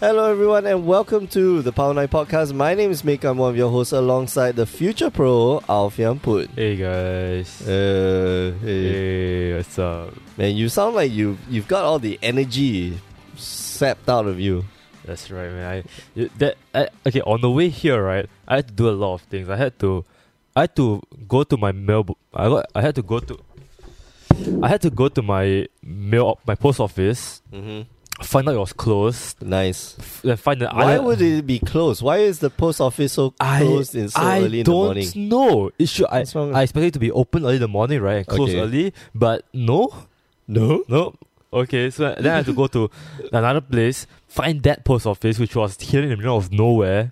Hello, everyone, and welcome to the Power 9 Podcast. My name is Mick. I'm one of your hosts alongside the future pro, Alfian Put. Hey guys. Uh, hey. Hey, what's up? Man, you sound like you, you've got all the energy sapped out of you. That's right, man. I you- that I, okay on the way here, right? I had to do a lot of things. I had to, I had to go to my mail. I got, I had to go to, I had to go to my mail, my post office, Mm-hmm. find out it was closed, Nice. f- then find the. Why other- would it be closed? Why is the post office so I- closed in so I early in the don't morning? know. It should. I, What's wrong with- I expected it to be open early in the morning, right? And close Okay. early, but no, No. No. Okay, so then I had to go to another place, find that post office, which was here in the middle of nowhere.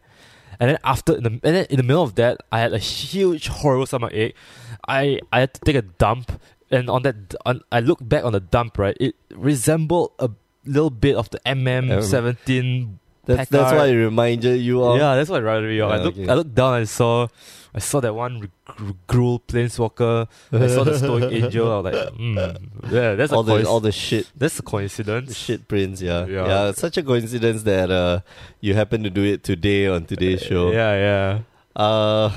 And then after, in the, and then in the middle of that, I had a huge horrible stomach ache. I I had to take a dump, and on that, d- on, I looked back on the dump. Right, it resembled a little bit of the MM seventeen. That's, that's Packard. why it reminded you of. Yeah, that's what rather me. off. I Yeah, looked, okay. I looked down. I saw, I saw that one re- gr- gruel planeswalker. I saw the stoic angel. I was like, mm, yeah, that's all a the coinc- all the shit that's a coincidence. shit prints. Yeah. Yeah. yeah, It's such a coincidence that uh, you happen to do it today on today's show. Uh, Yeah, yeah. Uh,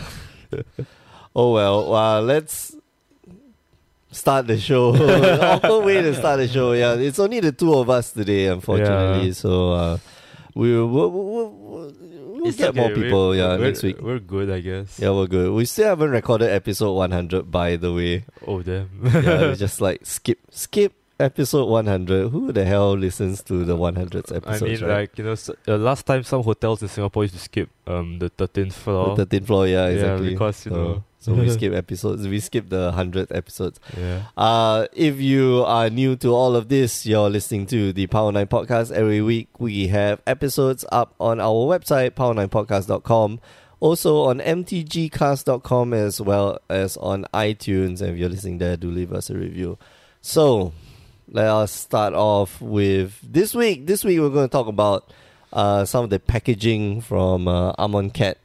oh well, uh, let's start the show. Awkward way to start the show. Yeah, it's only the two of us today, unfortunately. Yeah. So uh, we we'll, we'll, we'll, we'll It's get okay, more we- people. yeah, we're- next week. We're good, I guess. Yeah, we're good. We still haven't recorded episode 100, by the way. Oh damn. Yeah, we just like skip, skip episode 100. Who the hell listens to the 100th episode? I mean, right? like you know, s- uh, last time some hotels in Singapore used to skip um the thirteenth floor. the 13th floor, yeah, Yeah, exactly. because, you so, know. so we skip episodes. We skip the 100th episodes. yeah. Uh, if you are new to all of this, you're listening to the Power 9 Podcast. Every week we have episodes up on our website, power9podcast.com. Also on mtgcast.com as well as on iTunes. And if you're listening there, do leave us a review. So let us start off with this week. This week we're going to talk about uh, some of the packaging from uh, Amon Cat,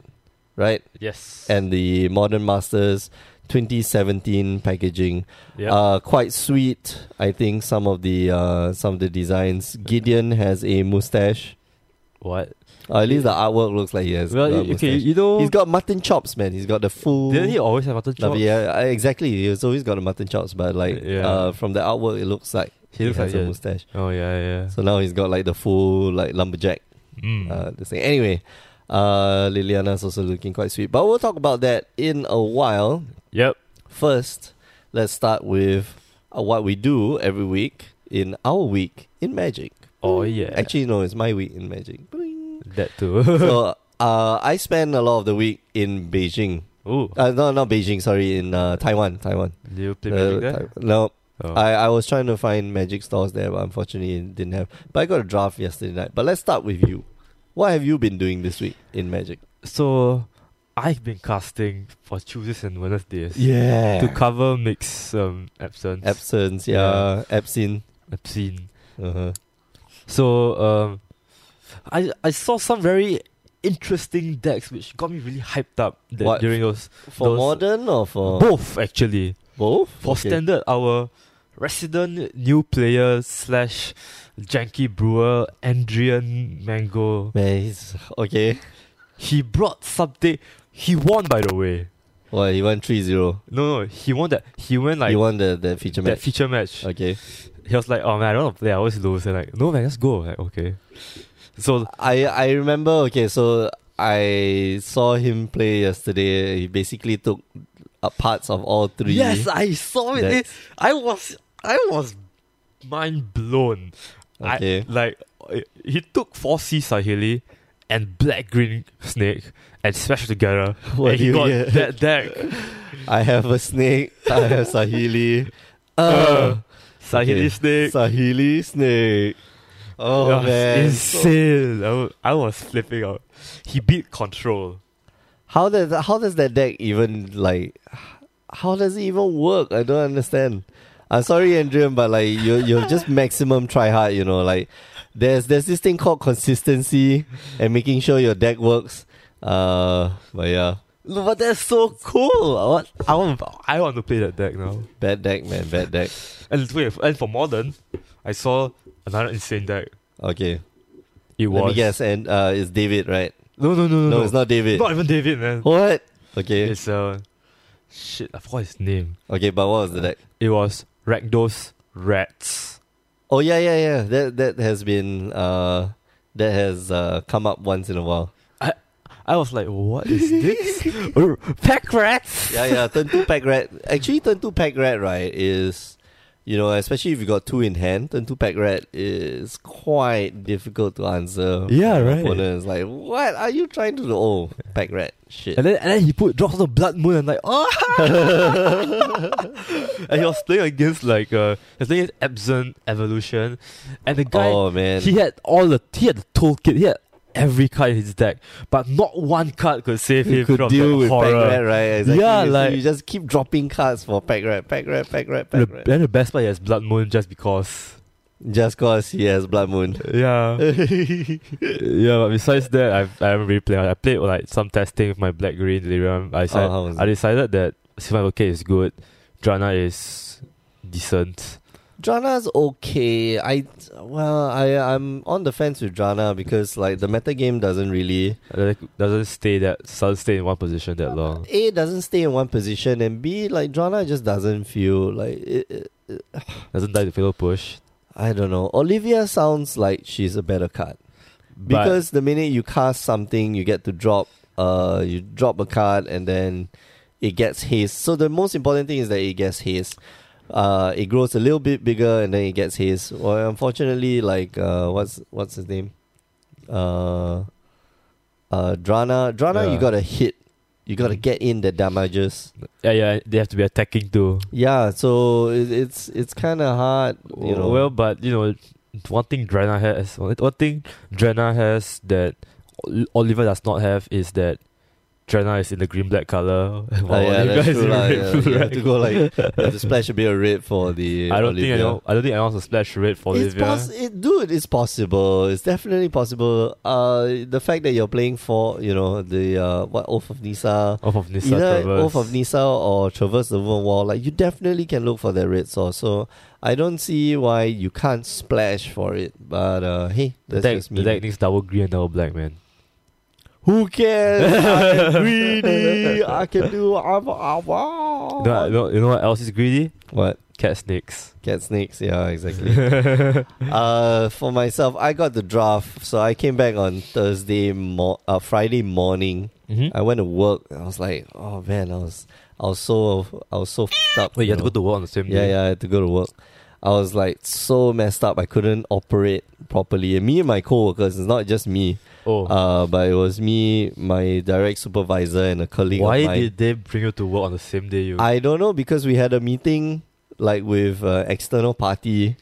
right? Yes. And the Modern Masters 2017 packaging yeah. uh, quite sweet. I think some of the uh, some of the designs. Gideon has a mustache. what? Or at least the artwork looks like he has. Well, a y- okay, mustache. you know, he's got mutton chops, man. He's got the full. didn't he always have mutton No, chop? yeah, I- exactly. He's always got the mutton chops, but like Yeah. uh, from the artwork, it looks like He looks has like a yeah. mustache. Oh yeah, yeah. So now he's got like the full like lumberjack Mm. uh, this thing. Anyway, uh, Liliana's also looking quite sweet, but we'll talk about that in a while. yep. First, let's start with uh, what we do every week in our week in Magic. Oh yeah. Actually, no, it's my week in Magic. Bling. that too. so, uh, I spend a lot of the week in Beijing. Ooh. Uh, no, not Beijing. Sorry, in uh, Taiwan. Taiwan. Did you play Uh, magic there? Tai- no, Oh. uh, I, I was trying to find Magic stores there, but unfortunately, it didn't have. But I got a draft yesterday night. But let's start with you. What have you been doing this week in Magic? so I've been casting for Tuesdays and Wednesdays Yeah. to cover Mick's um absence. Absence. Yeah. Absent. Absent. Uh-huh. So um, I I saw some very interesting decks which got me really hyped up that What? Uh, during those For Those- modern or for both actually Both? for standard our resident new player slash janky brewer Andrian Mango Man, he's okay. he brought something he won by the way Well, he won 3 0. no no he won that he went like he won the, the feature that match. feature match okay. he was like oh man I don't want to play I always lose and like no man let's go like okay so I, I remember, okay, so I saw him play yesterday. He basically took uh, parts of all three. Yes, I saw it. That's- It- I was I was mind blown. I- Okay. like uh, he took four C Sahili and black green snake and smashed together. What and do he you got get? that deck. I have a snake. I have Sahili. Uh, Uh, Sahili okay. snake. Sahili snake. Oh, That was man. insane. I wa- I was flipping out. He beat control. How does how does that deck even like how does it even work? I don't understand. I'm sorry, Andrew, but like you you're just maximum try hard, you know, like there's there's this thing called consistency and making sure your deck works. Uh but yeah. No, but that's so cool. I want, I want, I want to play that deck now. Bad deck, man, bad deck. And wait, and for modern, I saw another insane deck. Okay. It Let me was. guess, and uh, it's David, right? No, no, no, no, No, no. it's not David. Not even David, man. What? Okay, It's uh, shit. I forgot his name. okay, but what was the deck? It was Rakdos Rats. Oh yeah, yeah, yeah. That that has been uh, that has uh, come up once in a while. I was like, what is this? Oh, Pack rats. yeah, yeah. Turn two pack rat. Actually, turn two pack rat right is, you know, especially if you got two in hand. Turn two pack rat is quite difficult to answer. Yeah, right. Opponents like, what are you trying to do? Oh, pack rat shit. And then and then he put drops on blood moon and like oh and he was playing against like uh he was playing against absent evolution and the guy oh man. he had all the he had the toolkit he had every card in his deck but not one card could save you him could from deal that with horror. pack rat, right? Exactly. Yeah, So like- you just keep dropping cards for pack rat, pack rat, pack rat, And pack the, rat. and the best part is blood moon just because Just cause he has blood moon. yeah yeah but besides that I've, I haven't really played I played like some testing with my black green delirium I Oh, decided, how was I it? decided that Survival K is good Drana is decent Drana's okay. I well, I I'm on the fence with Drana because like the meta game doesn't really Like, doesn't stay that doesn't stay in one position that long. A doesn't stay in one position and B like Drana just doesn't feel like it, it- Doesn't die to pillow push. I don't know. Olivia sounds like she's a better card But- because the minute you cast something, you get to drop uh you drop a card and then it gets haste. So the most important thing is that it gets haste. Uh, it grows a little bit bigger and then it gets haste. Well, unfortunately, like uh, what's what's his name? Uh, uh, Drana. Drana, you Yeah. gotta hit. You gotta get in the damages. yeah, yeah, they have to be attacking too. Yeah, so it, it's it's kind of hard, you know. Well, but you know, one thing Drena has, one thing Drena has that Ol- Oliver does not have is that Drena is in the green black color. Oh, while yeah, Oliver that's is true in lah, red yeah. You have to go like you have to splash a bit of red for the. I don't Olivia. think I know. I don't think I want to splash red for It's Olivia. poss- it, dude, it's possible. It's definitely possible. Uh, the fact that you're playing for you know the uh what Oath of Nisa, Off of Nissa either Travers. Oath of Nisa or Traverse the Woven Wall, like you definitely can look for that red source. So I don't see why you can't splash for it. But uh, hey, The that's deck, just the me. deck needs double green and double black, man. Who cares? I'm greedy. I can do. I'm. I'm You Oh. know, you know, you know what else is greedy? What? Cat snakes. Cat snakes, yeah, exactly. uh, for myself, I got the draft, so I came back on Thursday, mo- uh, Friday morning. Mhm. I went to work. and I was like, oh man, I was, I was so, I was so f***ed up. Wait, you have know. to go to work on the same Yeah, day. yeah, I had to go to work. I was like so messed up. I couldn't operate properly. And me and my coworkers, it's not just me, Oh, uh, but it was me, my direct supervisor, and a colleague. of why mine. did they bring you to work on the same day? You I don't know because we had a meeting like with uh, external party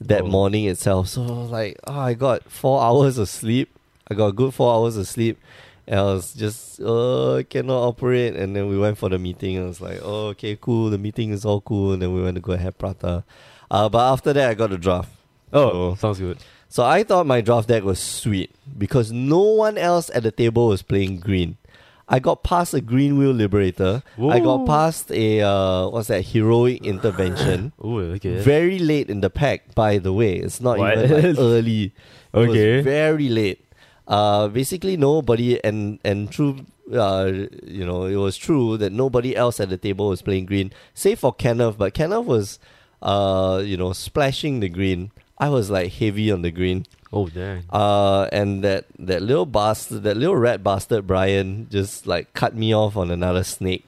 that Oh. morning itself. So like, oh, I got four hours of sleep. I got a good four hours of sleep. And I was just uh cannot operate. And then we went for the meeting. And I was like, oh, okay, cool. The meeting is all cool. And then we went to go and have prata. Uh, but after that, I got a draft. oh, Oh. sounds good. So I thought my draft deck was sweet because no one else at the table was playing green. I got past a green wheel liberator. I got Whoa. past a uh, what's that heroic intervention. Oh, okay. Very late in the pack, by the way. It's not What? even like early. It was Okay. very late. Uh, basically nobody and and true. Uh, you know, it was true that nobody else at the table was playing green, save for Kenneth. But Kenneth was, uh, you know, splashing the green. I was like heavy on the green. oh, dang. Uh, and that that little bastard, that little rat bastard, Brian, just like cut me off on another snake.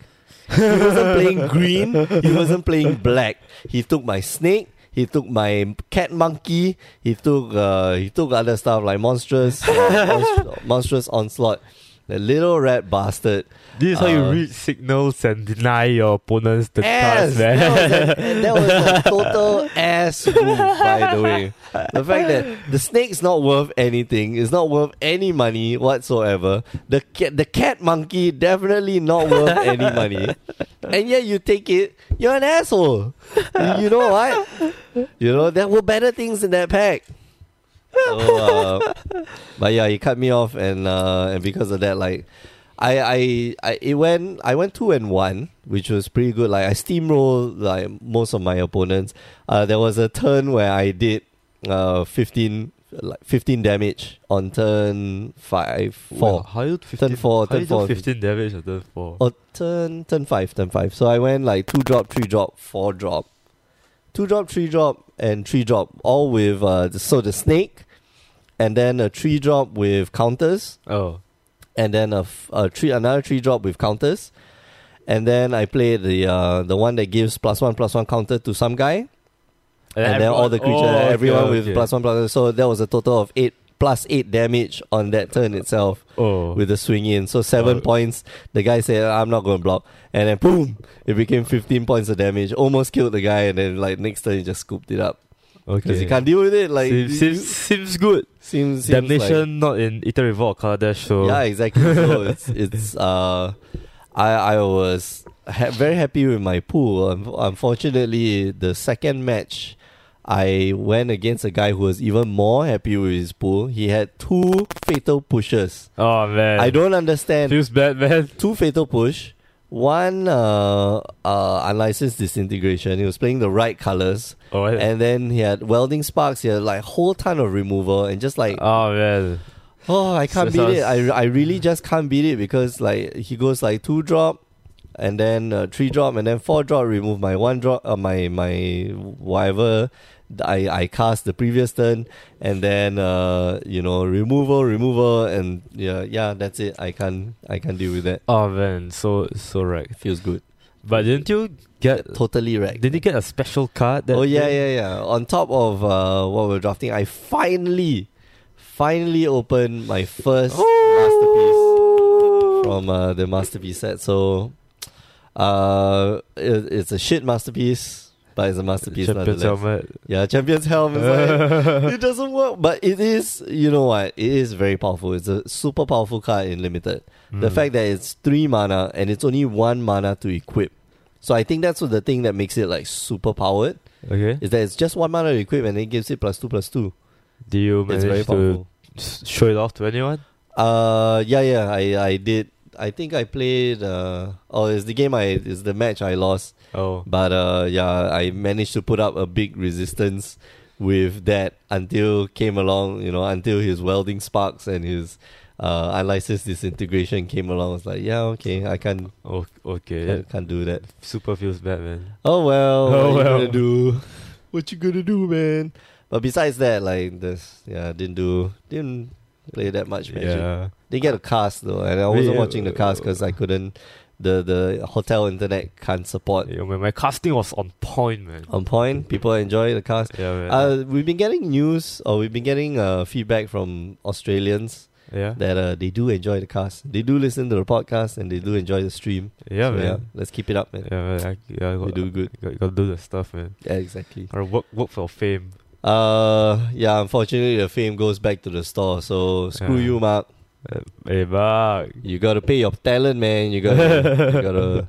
He wasn't playing green. He wasn't playing black. He took my snake. He took my cat monkey. He took uh, he took other stuff like monstrous, uh, monst- monstrous onslaught. The little rat bastard. This is how you uh, read signals and deny your opponents the ass. task, man. That was, a, that was a total ass move, by the way. The fact that the snake's not worth anything, it's not worth any money whatsoever. The cat, the cat monkey, definitely not worth any money. And yet you take it, you're an asshole. You know what? You know there were better things in that pack. So, uh, but yeah, he cut me off, and uh, and because of that, like, I, I I it went I went two and one, which was pretty good. Like I steamrolled like most of my opponents. Uh, there was a turn where I did uh 15, like 15 damage on turn 5, 4. Wow, how you do 15, four, how turn you do four. Oh. 15 damage on turn 4? Or turn, turn 5, turn 5. So I went like 2 drop, 3 drop, 4 drop. 2 drop, 3 drop, and 3 drop. All with, uh, the, so the snake, and then a 3 drop with counters, Oh. and then a, f- a three, another 3 drop with counters. And then I play the uh, the one that gives plus one plus one counter to some guy, and, then all the creatures, everyone oh, everyone okay, with okay. plus one plus one. So that was a total of eight plus eight damage on that turn itself Oh. with the swing in. So seven Oh. points. The guy said, "I'm not going to block," and then boom, it became fifteen points of damage. Almost killed the guy, and then like next turn he just scooped it up because okay. he can't deal with it. Like seems, you- seems, seems good. seems, seems Damnation not in Ether Revolt or Kaladesh, so. Like, yeah, exactly. So it's it's uh, I I was ha- very happy with my pool. Un- Unfortunately, the second match. I went against a guy who was even more happy with his pool. He had two fatal pushes. Oh, man. I don't understand. Feels bad, man. two fatal push, one uh, uh, unlicensed disintegration. He was playing the right colors, Oh, I- and then he had welding sparks. He had like whole ton of removal, and just like oh man. oh, I can't so beat it. sounds- I I really just can't beat it because like he goes like two drop. And then uh, three drop, and then four drop. Remove my one drop, uh, my my whatever I I cast the previous turn, and then uh, you know removal, removal, and yeah, yeah, that's it. I can't I can't deal with that. Oh, man. So, so wrecked. Feels good. But didn't you get. totally wrecked. Didn't you get a special card? That oh yeah, yeah, yeah. On top of uh, what we're drafting, I finally, finally opened my first Oh! masterpiece from uh, the masterpiece set. So, uh, it, it's a shit masterpiece, but it's a masterpiece Champions nonetheless. helmet. Yeah, champion's helm is like. It doesn't work, but it is. You know what? It is very powerful. It's a super powerful card in limited. The Mm. fact that it's three mana and it's only one mana to equip. So I think that's what the thing that makes it like super powered Okay. is that it's just one mana to equip and it gives it plus two plus two. Do you It's very manage to powerful. s- show it off to anyone? Uh yeah yeah I I did I think I played uh oh it's the game I it's the match I lost Oh. but uh yeah I managed to put up a big resistance with that until came along you know until his welding sparks and his uh unlicensed disintegration came along I was like yeah okay I can't Oh, okay. can't, That can't do that super feels bad, man. Oh well. Oh, what well. you gonna do? What you gonna do, man? But besides that, like this, yeah, didn't do, didn't play that much magic. Yeah. Didn't get a cast though, and I wasn't Yeah. watching the cast because I couldn't. The the hotel internet can't support Yeah, man, my casting was on point, man. on point. People enjoy the cast. Yeah, man. Uh, we've been getting news, or we've been getting uh, feedback from Australians yeah. that uh, they do enjoy the cast. They do listen to the podcast and they do enjoy the stream. Yeah, So, man. yeah, let's keep it up, man. Yeah, man. I, yeah, I We got, do good. Got, got to do the stuff, man. Yeah, exactly. Gotta work, work for fame. Uh, yeah. Unfortunately, the fame goes back to the store. So screw Yeah. you, Mark. Hey, Mark. You gotta pay your talent, man. You gotta, you gotta,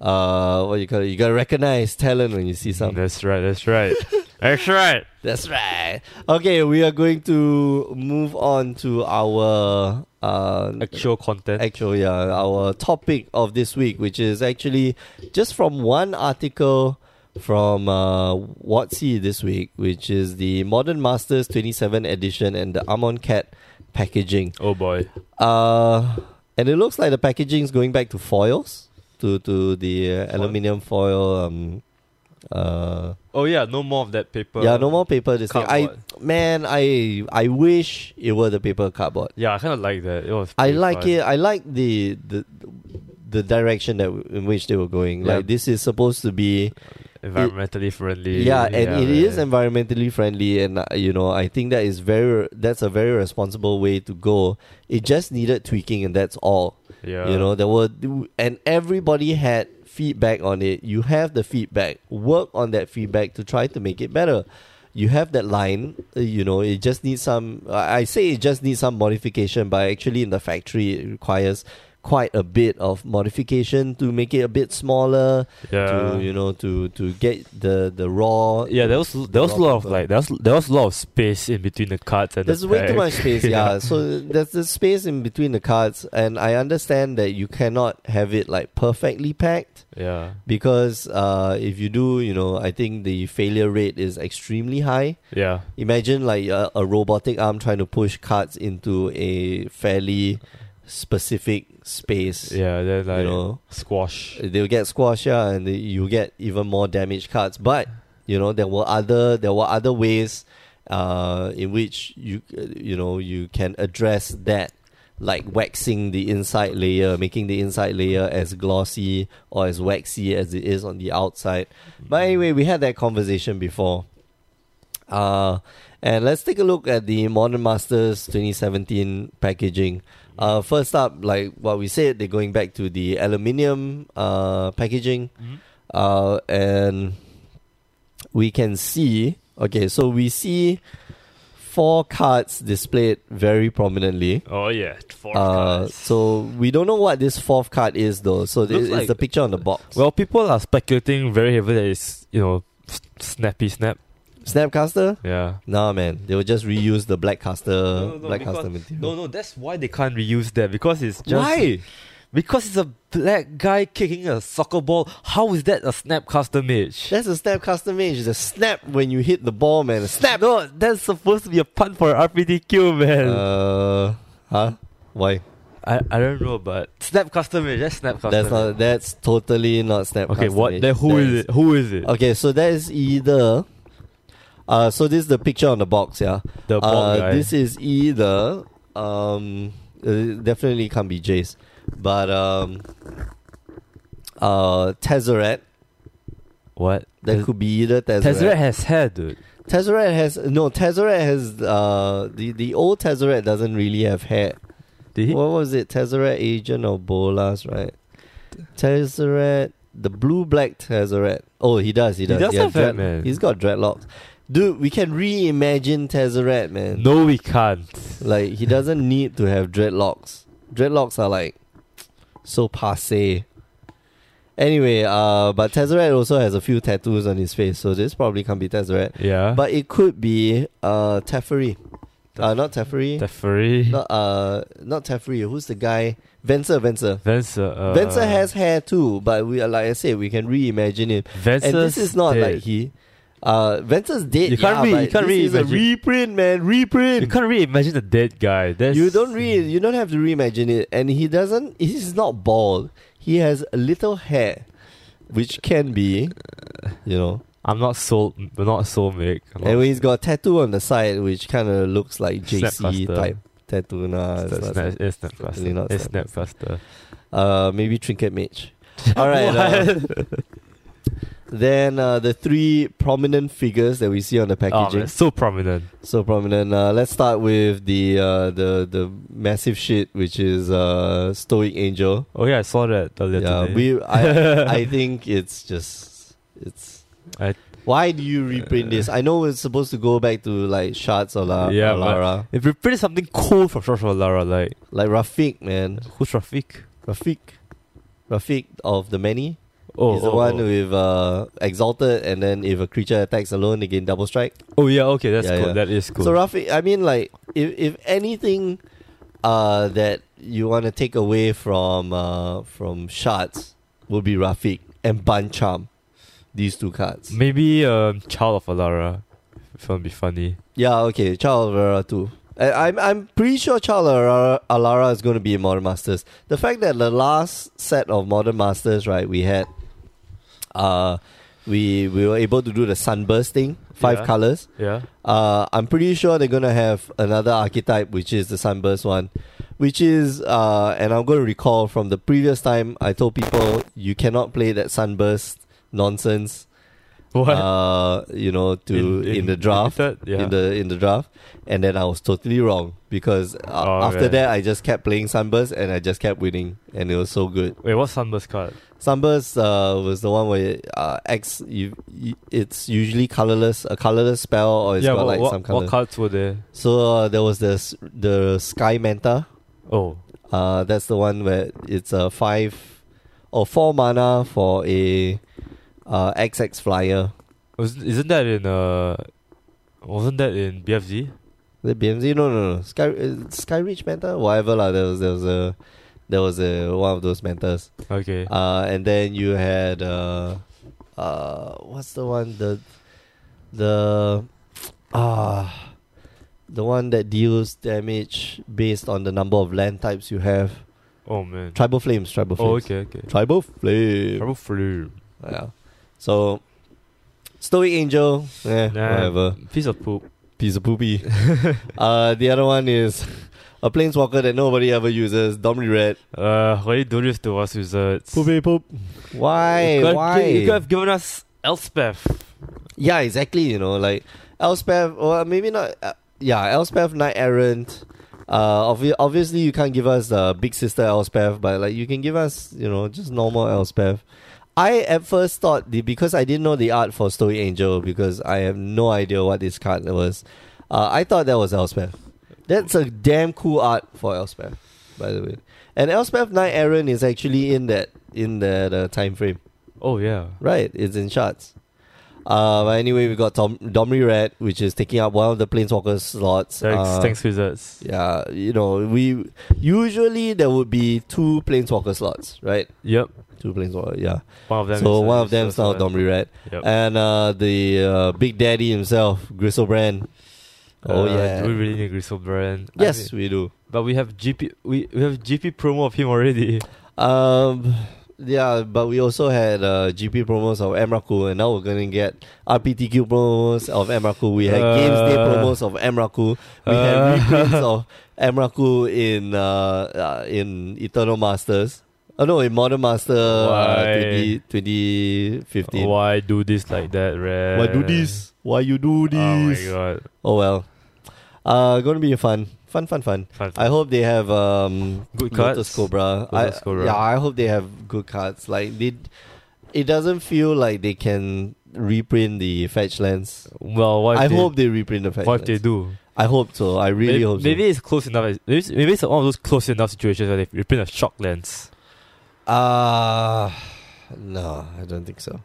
uh, what you gotta, you gotta recognize talent when you see something. That's right, that's right. that's right. That's right. Okay, we are going to move on to our uh Actual content. actual yeah uh, our topic of this week, which is actually just from one article from uh, Watsy this week, which is the Modern Masters 27 edition and the Amon Cat packaging. oh, boy. Uh, and it looks like the packaging is going back to foils, to to the uh, Foil. aluminium foil. Um, uh, Oh, yeah, no more of that paper. yeah, no more paper this thing. I cardboard. man, I I wish it were the paper cardboard. Yeah, I kind of like that. It was I pretty like fun. it. I like the the the direction that w- in which they were going. Yeah. Like this is supposed to be Environmentally friendly. yeah, and it is man. environmentally friendly, and uh, you know I think that is very that's a very responsible way to go. It just needed tweaking, and that's all. yeah. You know there were and everybody had feedback on it. You have the feedback. Work on that feedback to try to make it better. You have that line, uh, you know, it just needs some I I say it just needs some modification, but actually in the factory it requires quite a bit of modification to make it a bit smaller. Yeah. To you know, to to get the the raw. yeah, there was there was a raw lot of paper. like there was there was a lot of space in between the cards and uh, There's the way too pack. much space, yeah. Yeah. So there's the space in between the cards, and I understand that you cannot have it like perfectly packed Yeah, because uh, if you do, you know, I think the failure rate is extremely high. yeah, Imagine like a, a robotic arm trying to push cards into a fairly specific space. yeah. Then like you know, squash. they'll get squashed, yeah, and they, you get even more damaged cards. But you know, there were other there were other ways uh, in which you uh, you know you can address that. Like waxing the inside layer, making the inside layer as glossy or as waxy as it is on the outside. But anyway, we had that conversation before. Uh, and let's take a look at the Modern Masters 2017 packaging. Uh, first up, like what we said, they're going back to the aluminium uh, packaging. Mhm. Uh, and we can see, okay, so we see four cards displayed very prominently. Oh yeah, four Uh, cards. so we don't know what this fourth card is though. So Looks it's like- the picture on the box. well, people are speculating very heavily that it's you know s- snappy snap. Snapcaster? Yeah. Nah, man, they will just reuse the black caster, No, no, no, black because- caster material. No, no, that's why they can't reuse that because it's just Why? because it's a black guy kicking a soccer ball. How is that a snap custom mage? That's a snap custom mage. It's a snap when you hit the ball, man. A snap. No, that's supposed to be a pun for RPDQ, man. Uh, huh? Why? I, I don't know, but snap custom mage. That's snap custom. That's mage. not. That's totally not snap. okay. custom What? mage. Then who That is it? Who is it? Okay, so that is either. Uh, so this is the picture on the box, yeah. The uh, bald guy. This is either um, it definitely can't be Jace, but um, uh, Tezzeret. what? That Tez- could be either Tezzeret Tezzeret. has hair, dude. Tezzeret has no. Tezzeret has uh, the the old Tezzeret doesn't really have hair. Did he? What was it? Tezzeret Agent or Bolas, right? Tezzeret, the blue black Tezzeret. Oh, he does, he He does. does has have that, dread- man. He's got dreadlocks. Dude, we can reimagine Tezzeret, man. No, we can't. Like, he doesn't need to have dreadlocks. Dreadlocks are like so passe. Anyway, uh, but Tezzeret also has a few tattoos on his face, so this probably can't be Tezzeret. Yeah. But it could be uh, Teferi. Uh, Tef- not Teferi. Teferi. Not uh, not Teferi. Who's the guy? Venser, Venser. Venser. Uh, Venser has hair too, but we like I said, we can reimagine him. Venser's and this is not dead. like he. Uh, Venser's dead. You can't yeah, re- but you can't this is a reimagine- reprint, man. Reprint. You can't really imagine the dead guy. That's You don't re. You don't have to reimagine it. And he doesn't. He's not bald. He has a little hair, which can be, you know. I'm not soul. We're not soul Mick. I'm not- And when he's got a tattoo on the side, which kind of looks like JC Snapcaster. type tattoo. Nah, It's it's not not- snap- it's snap faster. Really not It's snap snap faster. Uh, maybe trinket mage. All right. uh, then uh, the three prominent figures that we see on the Oh, packaging. man, so prominent. so prominent. Uh, let's start with the uh, the the massive shit, which is uh, Stoic Angel. Oh yeah, I saw that earlier Yeah, today. we. I, I think it's just it's. I- Why do you reprint this? I know it's supposed to go back to like Shards or, La- Yeah, or but- Lara, if we print something cool from Joshua Lara, like like Rafiq, man, who's Rafiq? Rafiq, Rafiq of the many. Oh, He's oh, the one oh. with uh, exalted, and then if a creature attacks alone, they gain double strike. oh yeah, okay, that's Yeah, cool. yeah. That is cool. So Rafi, I mean, like, if if anything, uh, that you want to take away from uh from shots would be Rafiq and Bancham, these two cards. Maybe um, Child of Alara. If it'll be funny. Yeah, okay, Charles Alara too. I, I'm I'm pretty sure Charles Alara, Alara is going to be in Modern Masters. The fact that the last set of Modern Masters, right, we had, uh, we we were able to do the sunburst thing, five Yeah. colors. Yeah. Uh, I'm pretty sure they're gonna have another archetype, which is the sunburst one, which is uh, and I'm gonna recall from the previous time I told people you cannot play that sunburst nonsense. What? Uh, you know, to in, the draft. that- yeah. In the in the draft, and then I was totally wrong because uh, Oh, after okay. that I just kept playing Sunburst and I just kept winning and it was so good. Wait, what's Sunburst card? Sunburst uh, was the one where uh, X you, you, it's usually colorless a colorless spell or it's yeah, got what, like what, some color. what cards were there? So uh, there was the s- the Sky Manta. Oh, Uh, that's the one where it's a five or four mana for a uh, XX flyer. Was, isn't that in uh? Wasn't that in BFZ? The BMZ? No, no, no. Sky uh, Sky Reach Manta, whatever lah. There was there was a there was a one of those mentors. Okay. Uh, and then you had uh, uh, what's the one the the ah the one that deals damage based on the number of land types you have. oh man. Tribal flames, tribal flames. oh okay okay. Tribal flame. Trouble flu. Yeah. So Stoic Angel, eh, Nah. whatever. Piece of poop. Piece of poopy. uh, the other one is a planeswalker that nobody ever uses, Domri Red. Uh, why you do this to us, wizards? poop. Why? You could, have- Why? You could have given us Elspeth. Yeah, exactly. You know, like Elspeth, or maybe not. Uh, yeah, Elspeth, Knight Errant. Uh, obvi- obviously, you can't give us uh, Big Sister Elspeth, but like you can give us, you know, just normal Elspeth. I at first thought the because I didn't know the art for Story Angel because I have no idea what this card was. Uh, I thought that was Elspeth. That's a damn cool art for Elspeth, by the way. And Elspeth Knight Errant is actually in that in the, the time frame. Oh yeah. Right, it's in shots. Uh, but anyway, we got Tom, Domri Red, which is taking up one of the Planeswalker slots. Thanks, Uh, thanks wizards. Yeah, you know, we usually there would be two Planeswalker slots, right? Yep. Two Planeswalker, yeah. One of them. so is, one of them is now Domri Red, Yep. and uh, the uh, Big Daddy himself, Gristlebrand. Oh Uh, yeah, Do we really need Griselbrand? I mean- yes, we do. But we have GP. We, we have GP promo of him already. Um, yeah, but we also had uh, GP promos of Emraku, and now we're gonna get RPTQ promos of Emraku. We had Uh, Games Day promos of Emraku. We uh, had reprints of Emraku in uh, uh, in Eternal Masters. Oh no, in Modern Master uh, Why? 20, 2015. Why do this like that, Red? Why do this? Why you do Oh my this? god. Oh, well, uh, gonna be fun, fun, fun, fun. Fun. I hope they have um Good Lotus cards? Cobra. Lotus I- Cobra. Yeah, I hope they have good cards. Like they, it doesn't feel like they can reprint the fetch lands. well, what if I they, hope they reprint the fetch What if lands. they do? I hope so. I really maybe, hope so. maybe it's close enough. as- Maybe it's, maybe it's one of those close enough situations where they reprint a shock lens. Uh no, I don't think so.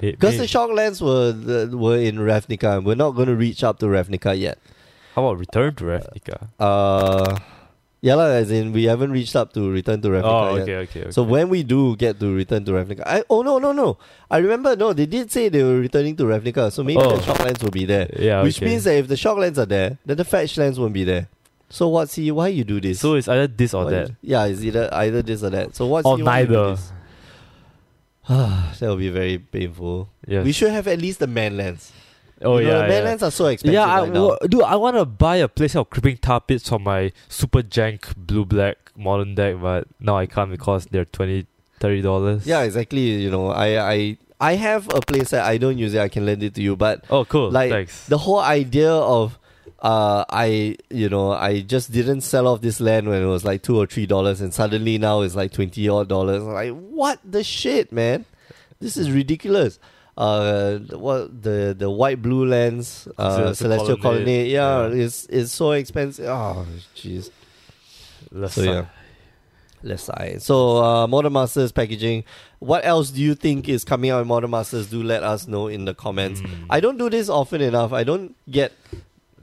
May- Because may- the shock lands were the, were in Ravnica, and we're not going to reach up to Ravnica yet. How about return to Ravnica? Uh, yeah, lah. as in we haven't reached up to return to Ravnica Oh, yet. okay, okay, okay. So when we do get to return to Ravnica, I oh no no no, I remember no, they did say they were returning to Ravnica, so maybe Oh. the shock lands will be there, yeah, which okay. means that if the shock lands are there, then the fetch lands won't be there. So what's he? Why you do this? so it's either this or Why that. you- yeah, it's either either this or that. So what's Or he, why you do neither. this? that would be very painful. Yes. We should have at least the man lands. oh You know, yeah, the man yeah. lands are so expensive Yeah, I, right now. wa- dude, I want to buy a place of creeping tar pits for my super jank blue black modern deck, but now I can't because they're 20 dollars. yeah, exactly. You know, I I I have a place that I don't use it. I can lend it to you, but Oh, cool. Like, Thanks. the whole idea of uh I you know I just didn't sell off this land when it was like two or three dollars and suddenly now it's like twenty odd dollars. I'm like what the shit, man? This is ridiculous. Uh, what the the white blue lands, uh, Celestial celestial colonnade, Colonnade, yeah, yeah. is is so expensive. Oh, jeez. Let's So start. yeah, let's sign. So uh, modern masters packaging. What else do you think is coming out in modern masters? Do let us know in the comments. Mm. I don't do this often enough. I don't get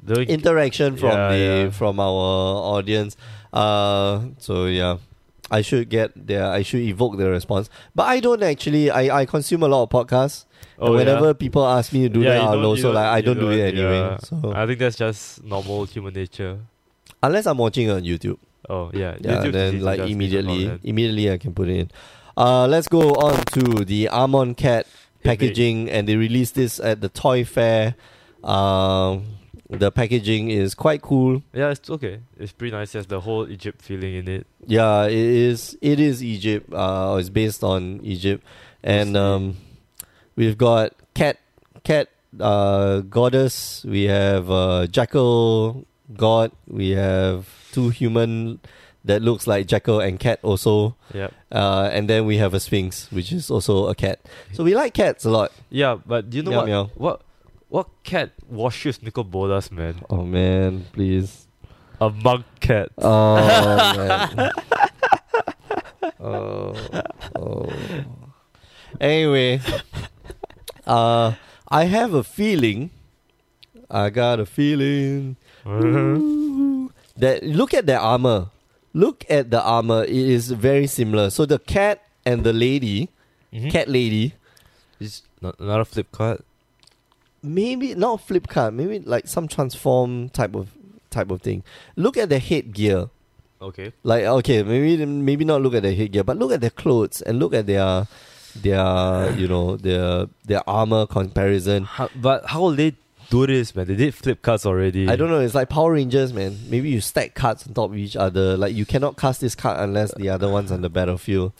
Don't- interaction from Yeah, the yeah. from our audience. Uh, so yeah, I should get their I should evoke their response. But I don't actually. I, I consume a lot of podcasts. oh, and yeah. whenever people ask me to do Yeah, that, you I'll don't- also you like I you don't do it anyway. yeah. Uh, So I think that's just normal human nature. unless I'm watching on YouTube, Oh yeah, yeah, YouTube then disease like just immediately, is about that. immediately I can put it in. Uh, let's go on to the Amon Cat Hit me. packaging, and they released this at the toy fair. Um, the packaging is quite cool. Yeah, it's okay. It's pretty nice. There's the whole Egypt feeling in it. Yeah, it is. It is Egypt. Uh, it's based on Egypt, and Mostly. um, we've got cat, cat, uh, goddess. We have uh, jackal god. We have two human that looks like jackal and cat also. Yeah, Uh, and then we have a sphinx, which is also a cat. So we like cats a lot. yeah. But do you know Meow what? meow. What? What cat washes Nicol Bolas, man? Oh man, please. A monk cat. Oh, man. oh, oh. Anyway, uh, I have a feeling. I got a feeling Mm-hmm. that look at the armor. Look at the armor. It is very similar. So the cat and the lady, Mhm. cat lady, It's not, not a flip card. maybe not flip card. Maybe like some transform type of type of thing. Look at the headgear. Okay. Like okay, maybe maybe not look at their headgear, but look at their clothes and look at their their you know their their armor comparison. How, but how will they do this, man? They did flip cards already. I don't know. It's like Power Rangers, man. Maybe you stack cards on top of each other. Like you cannot cast this card unless the other one's on the battlefield.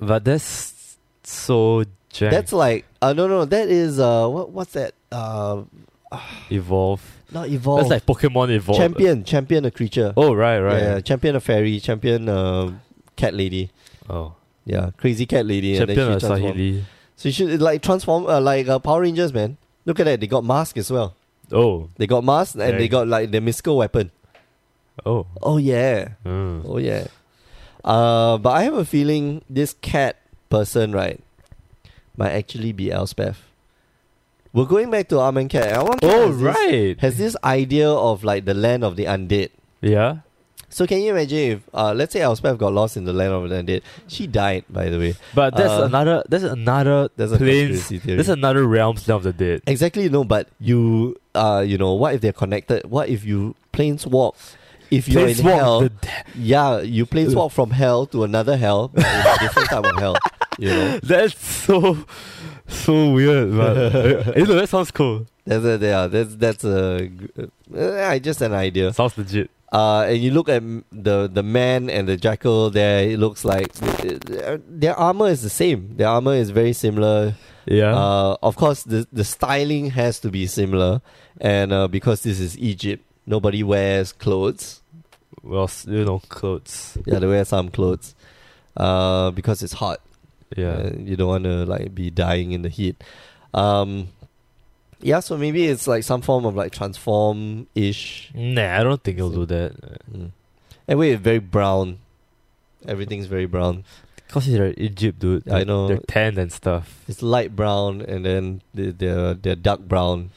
But that's so jank. That's like uh, no no. That is uh what what's that uh evolve. not That's evolve. like Pokemon evolve. champion champion a creature. Oh right, right. Yeah, champion a fairy. Champion uh, cat lady. Oh, Yeah, crazy cat lady. and then champion she of transform. Sahili. So you should like transform uh, like uh, Power Rangers, man. Look at that. They got mask as well. Oh, They got mask and Yeah. they got like the mystical weapon. oh. Oh yeah. Mm. Oh yeah. Uh, but I have a feeling this cat person, right, might actually be Elspeth. We're going back to Arm and Cat. and I want to Oh has this- right. has this idea of like the land of the undead. yeah. So can you imagine if uh, let's say Elspeth got lost in the land of the undead? She died, by the way. But that's Uh, another. That's another. That's a planes. conspiracy theory. That's another realms of the dead. Exactly, no, but you uh you know, what if they're connected? What if you planes walk? If you're in Planeswalk hell, the dead. yeah, you planeswalk from hell to another hell, but it's a different type of hell. You know, That's so so weird. Man. Uh, you know, that sounds cool. that's a, yeah, that's that's a uh, just an idea. Sounds legit. Uh, and you look at m- the the man and the jackal there. It looks like uh, their armor is the same. Their armor is very similar. Yeah. Uh, of course, the the styling has to be similar, and uh, because this is Egypt, nobody wears clothes. well, s- you know, clothes. Yeah, they wear some clothes. Uh, because it's hot. Yeah. Uh, you don't want to like be dying in the heat. Um, yeah, so maybe it's like some form of like transform ish. Nah, I don't think it'll do that. Mm. And wait, very brown. Everything's very brown. Cause it's like Egypt, dude. I know. They're tanned and stuff. It's light brown, and then the- they're they're dark brown.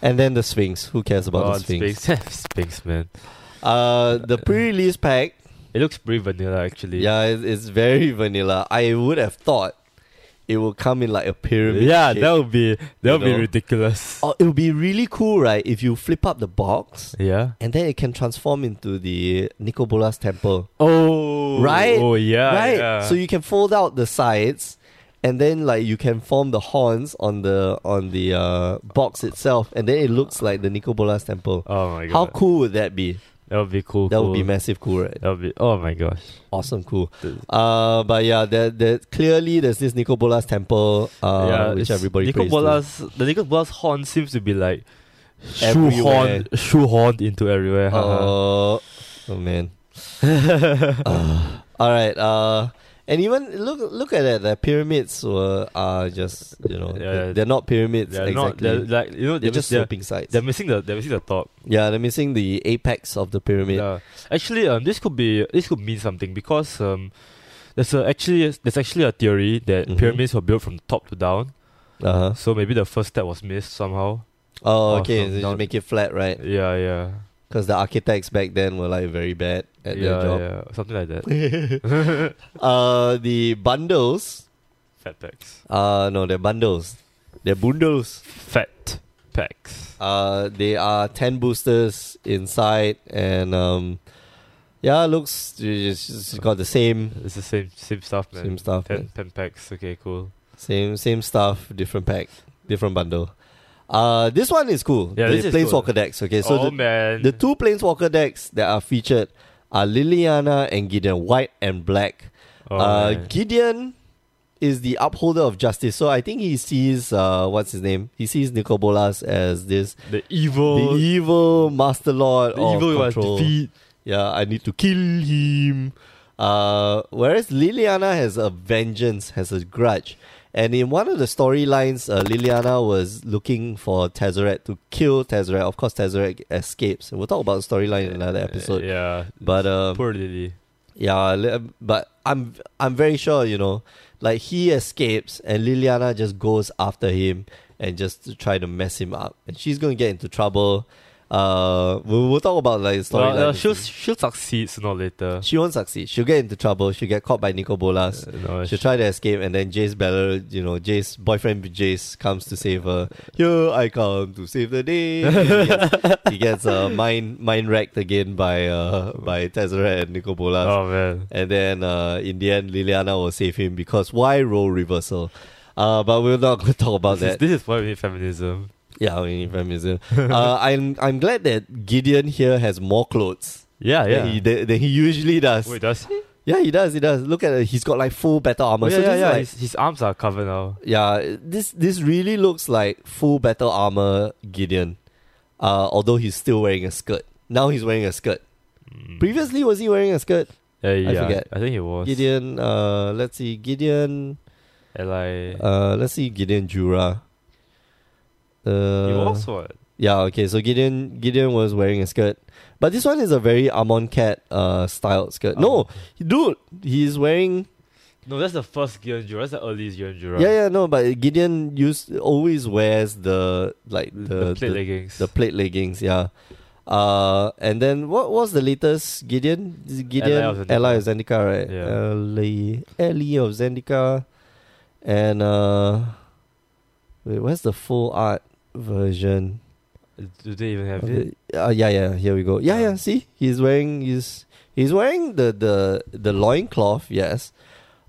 And then the Sphinx. Who cares about the Oh, Sphinx? Sphinx. Sphinx, man. Uh, the pre-release pack. It looks pretty vanilla, actually. Yeah, it's, it's very vanilla. I would have thought it would come in like a pyramid. Yeah, shape. that would be that would You be know? ridiculous. Oh, it would be really cool, right? If you flip up the box Yeah. and then it can transform into the Nicobola's temple, Oh. Right? Oh yeah. right? yeah. So you can fold out the sides, and then like you can form the horns on the on the uh, box itself, and then it looks like the Nicobola's temple. Oh my god. How cool would that be? That would be cool. That would be cool. massive cool, right? That would be. Oh my gosh. Awesome cool. The- Uh, but yeah, there, there, clearly there's this Nicobola's temple, uh, which it's- everybody Nico prays to. Bola's, The Nico Bola's horn seems to be like Everywhere. shoehorned, shoehorned into everywhere. Uh-huh. haha. Oh, oh man. Uh, all right. Uh, and even look look at that. The pyramids were are just you know Yeah. they're, they're not pyramids they're not. exactly. They're they're, like you know. They're, just just they're, sloping sides. they're missing the. They're missing the top. yeah, they're missing the apex of the pyramid. Yeah. Actually, um, this could be this could mean something because um, there's a, actually there's actually a theory that Mhm. pyramids were built from top to down. Uh-huh. So maybe the first step was missed somehow. Oh, Oh, okay. so so now- you make it flat, right? Yeah, yeah, Because the architects back then were like very bad at yeah, their job. yeah, something like that. Uh, the bundles. Fat packs. Uh, no, they're bundles. They're bundles. Fat packs. Uh, they are ten boosters inside, and um, yeah, looks it's, it's got the same, It's the same same stuff, man. same stuff, Ten, man. ten packs. Okay, cool. same same stuff, different pack, different bundle. Uh, this one is cool. Yeah, the this is planeswalker cool. decks. Okay, so oh the, man, the two planeswalker decks that are featured are Liliana and Gideon, white and black. Oh, uh, man. Gideon is the upholder of justice, so I think he sees uh, what's his name? He sees Nicobolas as this the evil, the evil master lord Oh. the of evil was control. defeat. Yeah, I need to kill him. Uh, whereas Liliana has a vengeance, has a grudge, And in one of the storylines, uh, Liliana was looking for Tezzeret to kill Tezzeret. Of course, Tezzeret escapes. We'll talk about the storyline in another episode. Yeah. But um, Poor Lily. yeah, li- but I'm I'm very sure you know, like he escapes and Liliana just goes after him and just to try to mess him up, and she's gonna get into trouble. Uh, we'll, we'll talk about like the story. Well, uh, she'll she'll succeed sooner or later. she won't succeed. She'll get into trouble. She'll get caught by Nico Bolas. Uh, no, She'll she- try to escape, and then Jace Beller, you know, Jace boyfriend Jace comes to save her. Here I come to save the day. And he gets, he gets uh, mind mind wrecked again by uh, by Tezzeret and Nico Bolas. oh man. And then uh, in the end, Liliana will save him because why role reversal? Uh, but we're not going to talk about This is, that. this is why we need feminism. Yeah, I mean, feminism. uh, I'm I'm glad that Gideon here has more clothes Yeah, Ah, yeah. than, he, than, than he usually does. Wait, does he? Yeah, he does. He does. Look at it. He's got like full battle armor. Oh, yeah, so yeah, this yeah. Like, his, his arms are covered now. yeah, this this really looks like full battle armor Gideon. Uh, although he's still wearing a skirt. Now he's wearing a skirt. Mm. Previously, was he wearing a skirt? Uh, yeah, forget. I think it was. Gideon. Uh, let's see. Gideon. And like, Uh, let's see Gideon Jura. it Uh, was what? yeah, okay. So Gideon Gideon was wearing a skirt, but this one is a very Amon Cat uh styled skirt. No, dude, he's wearing Oh. No, that's the first Gion Jura. That's the earliest Gion Jura. yeah yeah no, but Gideon used always wears the like The, the plate the, leggings. the plate leggings yeah. Uh, and then what was the latest Gideon? Is it Gideon of Zendikar. Ally of Zendika, right? Yeah. Ellie, Ellie of Zendika, and uh, wait, where's the full art version? Do they even have it? Okay. Uh, yeah, yeah. Here we go. Yeah, Yeah. yeah. See, he's wearing he's he's wearing the the the loincloth, Yes.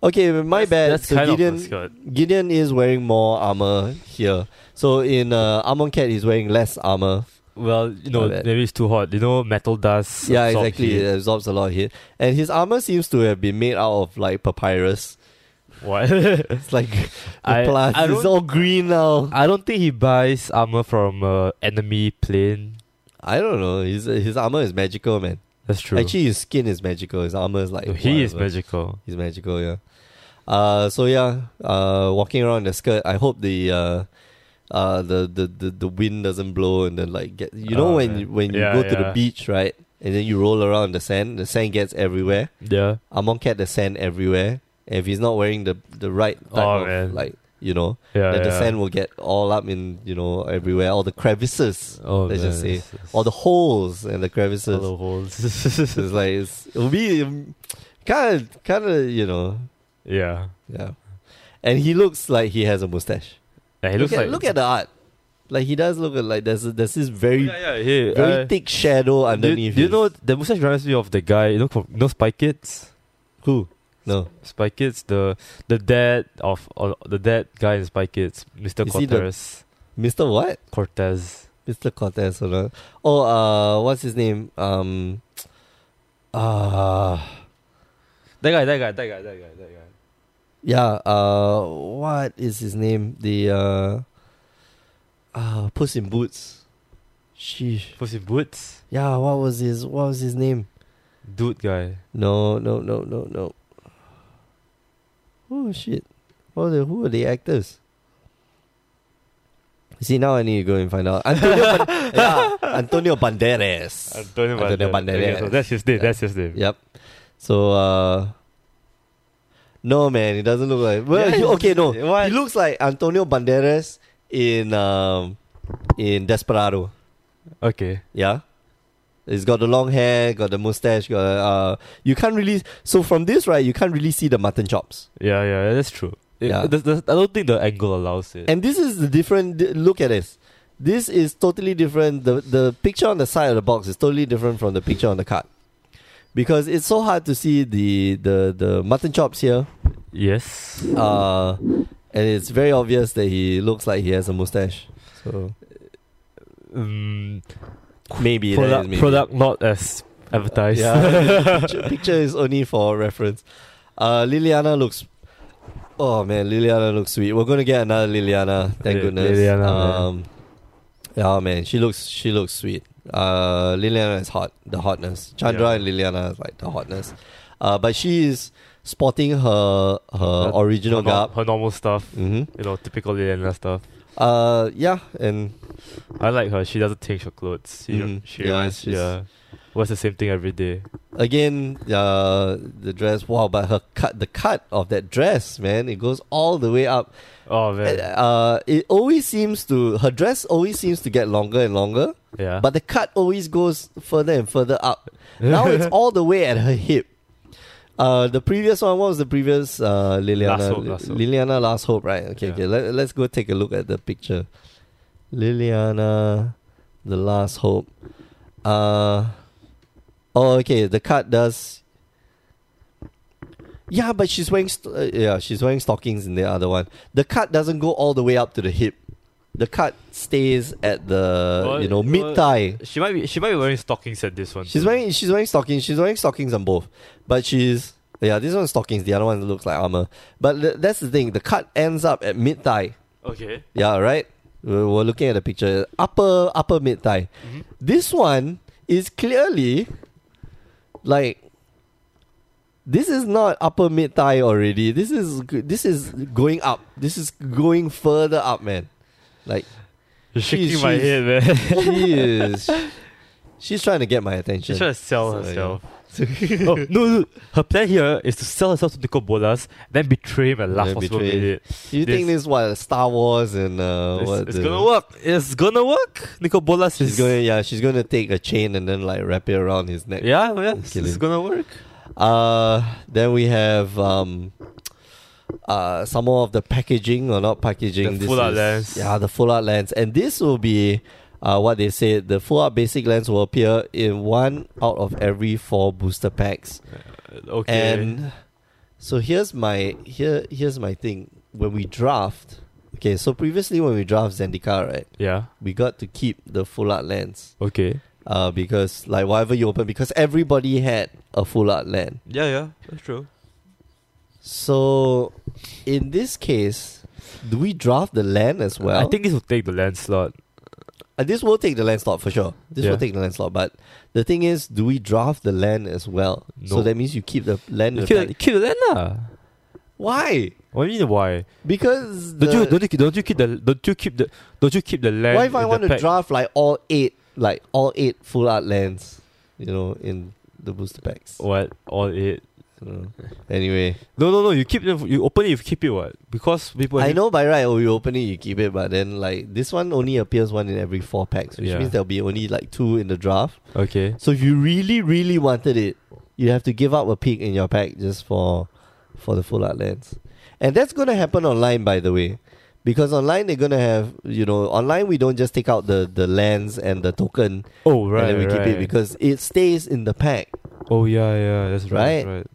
Okay, my That's- bad. That's so kind Gideon of a skirt. Gideon is wearing more armor here. So in uh, Amon Cat, he's wearing less armor. Well, you know, Not bad. maybe it's too hot. You know, metal dust. yeah, absorbs exactly. heat. It absorbs a lot of heat, and his armor seems to have been made out of like papyrus. What? It's like the I- plant. I It's don't- all green now. I don't think he buys armor from uh, enemy plane. I don't know. His his armor is magical, man. That's true. Actually, his skin is magical. His armor is like No, he is whatever. magical. He's magical, yeah. Uh, so yeah, uh, walking around in the skirt. I hope the uh, uh, the, the the the wind doesn't blow and then like get you know Oh, when man. you, when you Yeah, go to the yeah. beach right and then you roll around the sand. The sand gets everywhere. Yeah. Amon cat the sand everywhere. And if he's not wearing the the right type Oh, of man. like you know, Yeah. then the yeah. sand will get all up in you know everywhere, all the crevices, Oh, let's man. just say, It's- it's- all the holes and the crevices. all the holes. So it's like it's, it'll be kind of kind of you know yeah. yeah. And he looks like he has a mustache. Yeah, he look, looks at, like look at the art. Like he does look at, like there's there's this very Yeah, yeah. He, very uh, thick shadow do you- underneath. Do you his- know the mustache reminds me of the guy? You know, from, you know Spy Kids. who? No. Spy Kids, the the dad of or the dad guy in Spy Kids, Mr. Is he the- Cortez. Mr. What? Cortez. Mr. Cortez. hold on. Oh, uh what's his name? Um uh That guy, that guy, that guy, that guy, that guy. yeah, uh what is his name? The uh uh Puss in Boots. Sheesh. Puss in Boots, Yeah, what was his what was his name? dude guy. No, no, no, no, no. Oh shit! What the, who are the actors? See now I need to go and find out. Antonio, Ban- yeah, Antonio Banderas. Antonio Antonio Banderas. Okay, so that's his name. Yeah. That's his name. yep. So uh, no man, it doesn't look like. Well, Yeah, he- okay, no, what? he looks like Antonio Banderas in um in Desperado. Okay. Yeah. He's got the long hair, got the mustache, got uh you can't really so from this right, you can't really see the mutton chops. Yeah, yeah, yeah, that's true. It- Yeah. the- the- I don't think the angle allows it. And this is the different di- look at this. This is totally different. The the picture on the side of the box is totally different from the picture on the card. Because it's so hard to see the the the mutton chops here. yes. Uh and it's very obvious that he looks like he has a mustache. So Um, maybe that is product, maybe. product not as advertised. Yeah, picture, picture is only for reference. Uh, Liliana looks. Oh man, Liliana looks sweet. We're gonna get another Liliana. Thank Li- goodness. Liliana, um, yeah, oh, man, she looks she looks sweet. Uh, Liliana is hot. The hotness. Chandra Yeah. and Liliana is like the hotness. Uh, but she is sporting her her Her- original her, nor- garb. her normal stuff, hmm you know, typical Liliana stuff. Uh, yeah, and I like her. She doesn't change her clothes. You know, Mm, she yeah, reminds- it's just- yeah, wears the same thing every day. again, uh, the dress. Wow, but her cut, the cut of that dress, man, it goes all the way up. Oh man, Uh, it always seems to her dress always seems to get longer and longer, yeah. but the cut always goes further and further up. Now it's all the way at her hip. Uh, the previous one, what was the previous uh, Liliana? Last Hope, Last Hope. Liliana Last Hope, right? Okay, Yeah. okay. Let, let's go take a look at the picture. Liliana, the Last Hope. Uh, oh, okay. The cut does. Yeah, but she's wearing st- uh, yeah she's wearing stockings in the other one. The cut doesn't go all the way up to the hip. The cut stays at the Well, you know well, mid thigh. she might be. She might be wearing stockings at this one. She's too. wearing she's wearing stockings. She's wearing stockings on both, but she's yeah. This one's stockings. The other one looks like armor. But th- that's the thing. The cut ends up at mid thigh. Okay. Yeah, right. We're, we're looking at the picture. Upper upper mid thigh. Mhm. This one is clearly like this is not upper mid thigh already. This is g- this is going up. This is going further up, man. Like You're shaking She's- my she's- head, man. she is. She's trying to get my attention. She's trying to sell So, yeah. herself. oh, no, no, her plan here is to sell herself to Nico Bolas, then betray him and laugh Then for Super betray- Idiot. You think This- this what Star Wars and uh, It's, what? it's the- gonna work. It's gonna work. Nico Bolas She's is going. to Yeah, she's going to take a chain and then like wrap it around his neck. Yeah, yeah, it's, Kill it's him. gonna work. Uh, then we have um, uh, some more of the packaging or not packaging. The full art is- lens. Yeah, the full art lens, and this will be. Uh, what they said, the full art basic lens will appear in one out of every four booster packs. Uh, Okay. And so here's my here here's my thing. When we draft, okay, so previously when we draft Zendikar, right, yeah. we got to keep the full art lens. Okay. Uh, because like whatever you open, because everybody had a full art lens. Yeah, yeah. That's true. So in this case, do we draft the land as well? I think this will take the land slot. Uh, this will take the land slot for sure. This Yeah. will take the land slot, but the thing is, do we draft the land as well? So No. that means you keep the land. in the Kill, back. kill the land lah. Why? What do you mean why? Because Don't the- you don't you, don't you keep the don't you keep the don't you keep the land? What if I in want the to pack? draft like all eight, like all eight full art lands, you know, in the booster packs? What all eight? So, anyway, No, no, no. You keep them. You open it. You keep it. What? Because people. I know by right, oh, you open it, you keep it, but then like this one only appears one in every four packs, which Yeah. means there'll be only like two in the draft. Okay. So if you really, really wanted it, you have to give up a pick in your pack just for for the full art lands, and that's gonna happen online, by the way. Because online they're gonna have you know online we don't just take out the the lands and the token Oh right. and then we right. keep it because it stays in the pack. Oh yeah, yeah. That's Right? right. That's right.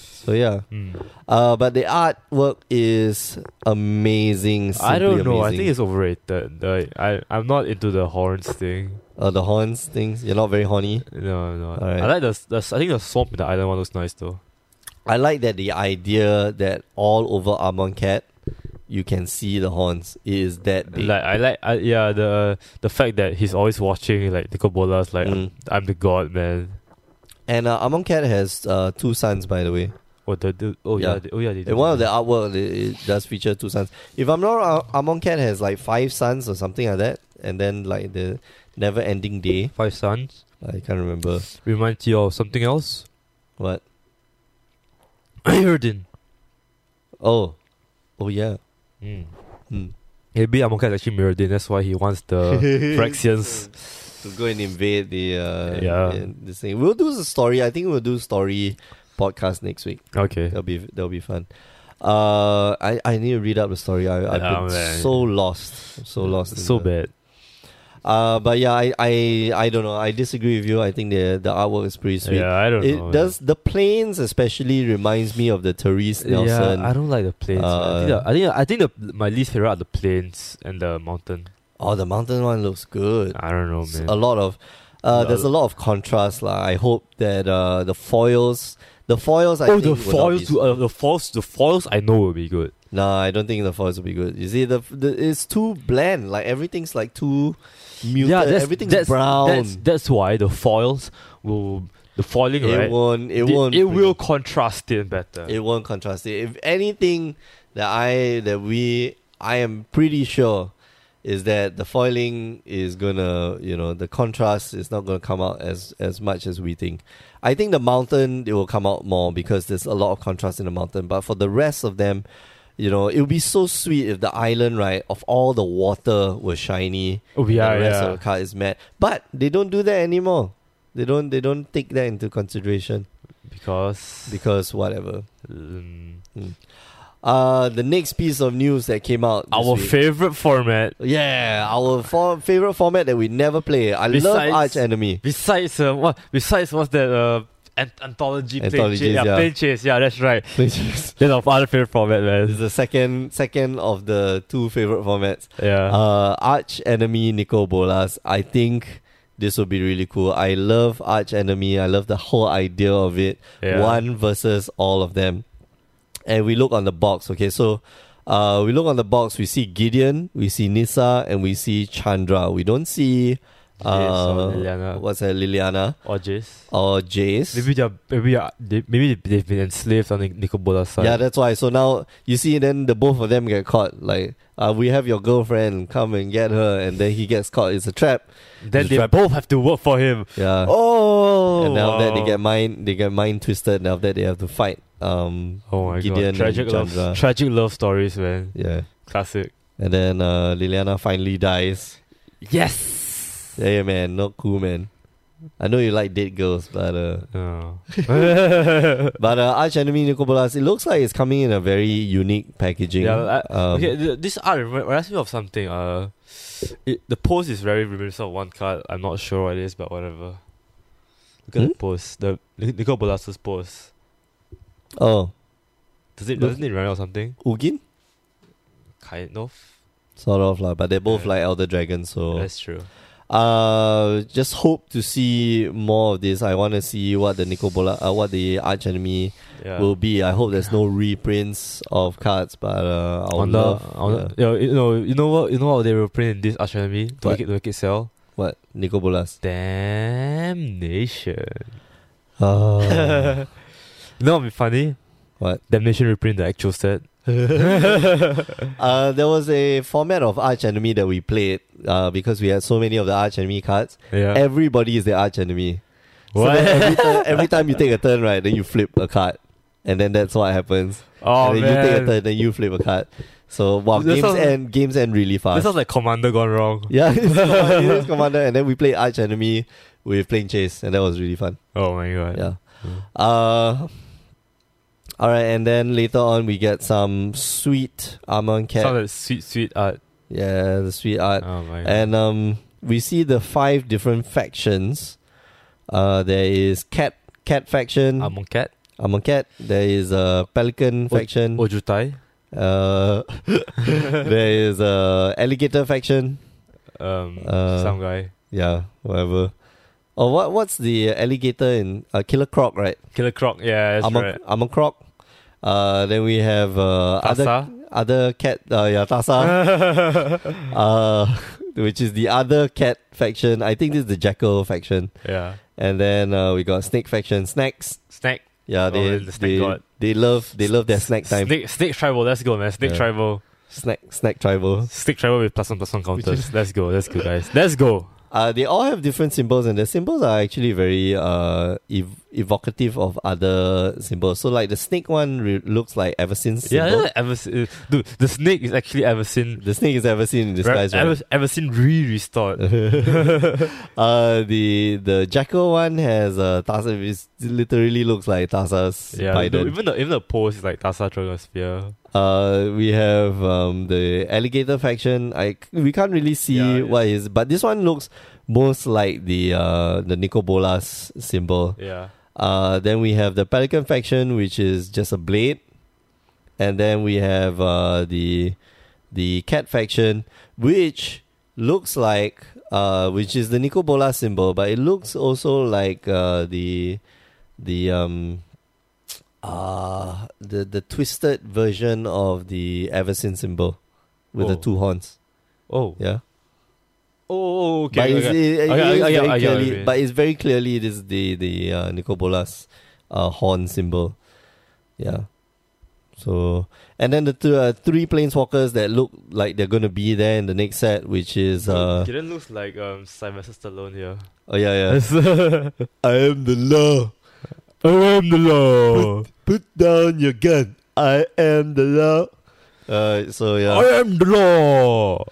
So yeah, Hmm. uh, but the artwork is amazing. I simply don't know. I amazing. think it's overrated. Like, I I'm not into the horns thing. uh, the horns things. You're not very horny. No, no. Alright. I like the, the I think the swamp in the island one looks nice though. I like that the idea that all over Armand Cat, you can see the horns. It is that big. Like I like I, yeah the the fact that he's always watching like Nico Bolas like I'm, Mm. I'm the god man. And uh, Armand Cat has uh, two sons, by the way. Oh the, the oh yeah, Yeah. they- oh yeah they do. In one of the artwork, it, it does feature two sons. If I'm not wrong, Ar- Armand Cat has like five sons or something like that. And then like the never ending day. five sons I can't remember reminds you of something else. what. Irodin. Oh, oh yeah. Mm. Hmm. Maybe Amoka is actually Mirrodin. That's why he wants the Phyrexians. to go and invade the uh, Yeah. yeah, this thing. We'll do the story. I think we'll do story podcast next week. Okay. That'll be that'll be fun. Uh, I, I need to read up the story. I, I've Oh, been man. so lost, I'm so lost, in So the- bad. Uh, but yeah, I, I I don't know. I disagree with you. I think the the artwork is pretty sweet. Yeah, I don't it know. man. does the planes especially reminds me of the Therese Nelson. Yeah, I don't like the plains. man. Uh, I think the, I think, I think the, my least favorite are the plains and the mountain. oh, the mountain one looks good. I don't know, s- man. a lot of uh, Yeah, there's a lot of contrast lah. I hope that uh, the foils the foils I oh, the think will not foils, be, uh, the foils, the foils. I know will be good. Nah, I don't think the foils will be good. You see the, the it's too bland. Like everything's like too muted. everything's brown. That's, that's why the foils will the foiling, it right? won't. It the- won't. it bring will contrast it better. It won't contrast it. If anything that I that we I am pretty sure is that the foiling is gonna you know the contrast is not gonna come out as as much as we think. I think the mountain it will come out more because there's a lot of contrast in the mountain. But for the rest of them, you know, it would be so sweet if the island right of all the water was shiny. oh, yeah, the rest yeah. of the car is matte, but they don't do that anymore. They don't. They don't take that into consideration because because whatever. um, Uh, the next piece of news that came out. this our week. favorite format, yeah, our for- favorite format that we never play. I love Besides- Arch Enemy. besides uh, what, besides what's that uh, an- anthology plane Anthologies, chase, yeah, yeah. plane chase, yeah, that's right. it's That's our other favorite format, man. the second second of the two favorite formats. Yeah, Uh, Arch Enemy Nico Bolas. I think this will be really cool. I love Arch Enemy. I love the whole idea of it. yeah. one versus all of them. And we look on the box, okay? So uh, we look on the box, we see Gideon, we see Nissa, and we see Chandra. We don't see uh, Jace or Liliana. what's her Liliana or Jace. or Jace. Maybe they're maybe they're, they, maybe they've been enslaved on Nic- Nicobola's side. yeah, that's why. So now you see, then the both of them get caught. Like, uh, we have your girlfriend, come and get her, and then he gets caught. It's a trap. then the they trap- both have to work for him. Yeah. oh, and now that they wow. get mind, they get mind twisted. Now that they have to fight. Um. oh my Gideon and god, tragic Chandra. love, tragic love stories, man. Yeah. Classic. And then uh, Liliana finally dies. Yes. Yeah, yeah, man, not cool, man. I know you like date girls, but uh, Oh. but uh, Arch Enemy Nicopolas, it looks like it's coming in a very unique packaging. Yeah, I- um, okay, th- this art remi- reminds me of something. Uh, it, the pose is very reminiscent of one card. I'm not sure what it is, but whatever. Look at Hmm? the pose. The Nic- Nicol Bolas's pose. Oh, Does it Look- doesn't it remind you of something? Ugin, Kind of. sort of lah, but they're both Yeah. like Elder Dragons, so That's true. uh, just hope to see more of this. I want to see what the Nicopola, uh, what the Arch Enemy Yeah. will be. I hope there's no reprints of cards, but uh, I would on the, love on the- you know, you know what, you know what they will print in this astronomy to What? make it to make it sell. what Nicopolas. Damnation. Oh, You know what would be funny? What? Damnation reprint the actual set. Uh, there was a format of Arch Enemy that we played uh, because we had so many of the Arch Enemy cards. Yeah. Everybody is the Arch Enemy. So What? then every, turn, every time you take a turn, right, then you flip a card. And then that's what happens. oh and then man. you take a turn, then you flip a card. So, wow, That games sounds- end games end really This fast. sounds like Commander gone wrong. yeah, it's Commander, it is Commander. And then we played Arch Enemy with Plane Chase, and that was really fun. Oh my god. Yeah. Mm. Uh, all right, and then later on, we get some sweet Armand Cat. Sounds like sweet, sweet art. Yeah, the sweet art. oh my god. And um, we see the five different factions. Uh, there is cat cat faction. I'm, Amon Cat, a cat. There is a pelican Oh, faction. Ojutai, Uh, there is a alligator faction. um, Uh, some guy. Yeah, whatever. Oh, what what's the alligator in uh, Killer Croc, right? Killer Croc, yeah, that's I'm right. a, I'm a croc. Uh, then we have uh, other Tasa. other cat. Uh, yeah, Tasa. uh, which is the other cat faction. I think this is the jackal faction. yeah. And then uh, we got Snake Faction Snacks. Snake. Yeah, Oh, they the Snake they, God. they love they love their snack time. Snake, snake tribal, let's go, man. Snake Yeah. tribal. Snack snack tribal. Stick travel with plus one plus one counters. Let's go, let's go, guys. Let's go. Uh, they all have different symbols, and their symbols are actually very uh ev- evocative of other symbols. So like the snake one re- looks like ever since. Yeah, Symbol. that's ever seen, uh, dude. The snake is actually ever seen. The snake is ever seen in disguise. right? ever, ever seen re restored. uh, the the jackal one has uh, Tasa. It literally looks like Tasa's Yeah, Biden. dude, even the even the pose is like Tasa throwing a spear. Uh, we have um, the alligator faction. I we can't really see Yeah, what is, but this one looks most like the uh, the Nicobolas symbol. Yeah, Uh, then we have the pelican faction, which is just a blade, and then we have uh, the the cat faction, which looks like uh, which is the Nicobolas symbol, but it looks also like uh, the the um uh the the twisted version of the Everson symbol with the Oh. two horns. Oh, Yeah. Oh, okay. but it's, okay. it- it Okay, is I- I get- very I get what you clearly, mean. but it's very clearly it is the the uh, Nicobolas uh, horn symbol. Yeah. So and then the two, uh, three planeswalkers that look like they're gonna be there in the next set, which is uh Gideon looks like um, Sylvester Stallone here. oh yeah yeah. I I am the law. am the law. Put down your gun. I am the law. Uh, so yeah. I am the law.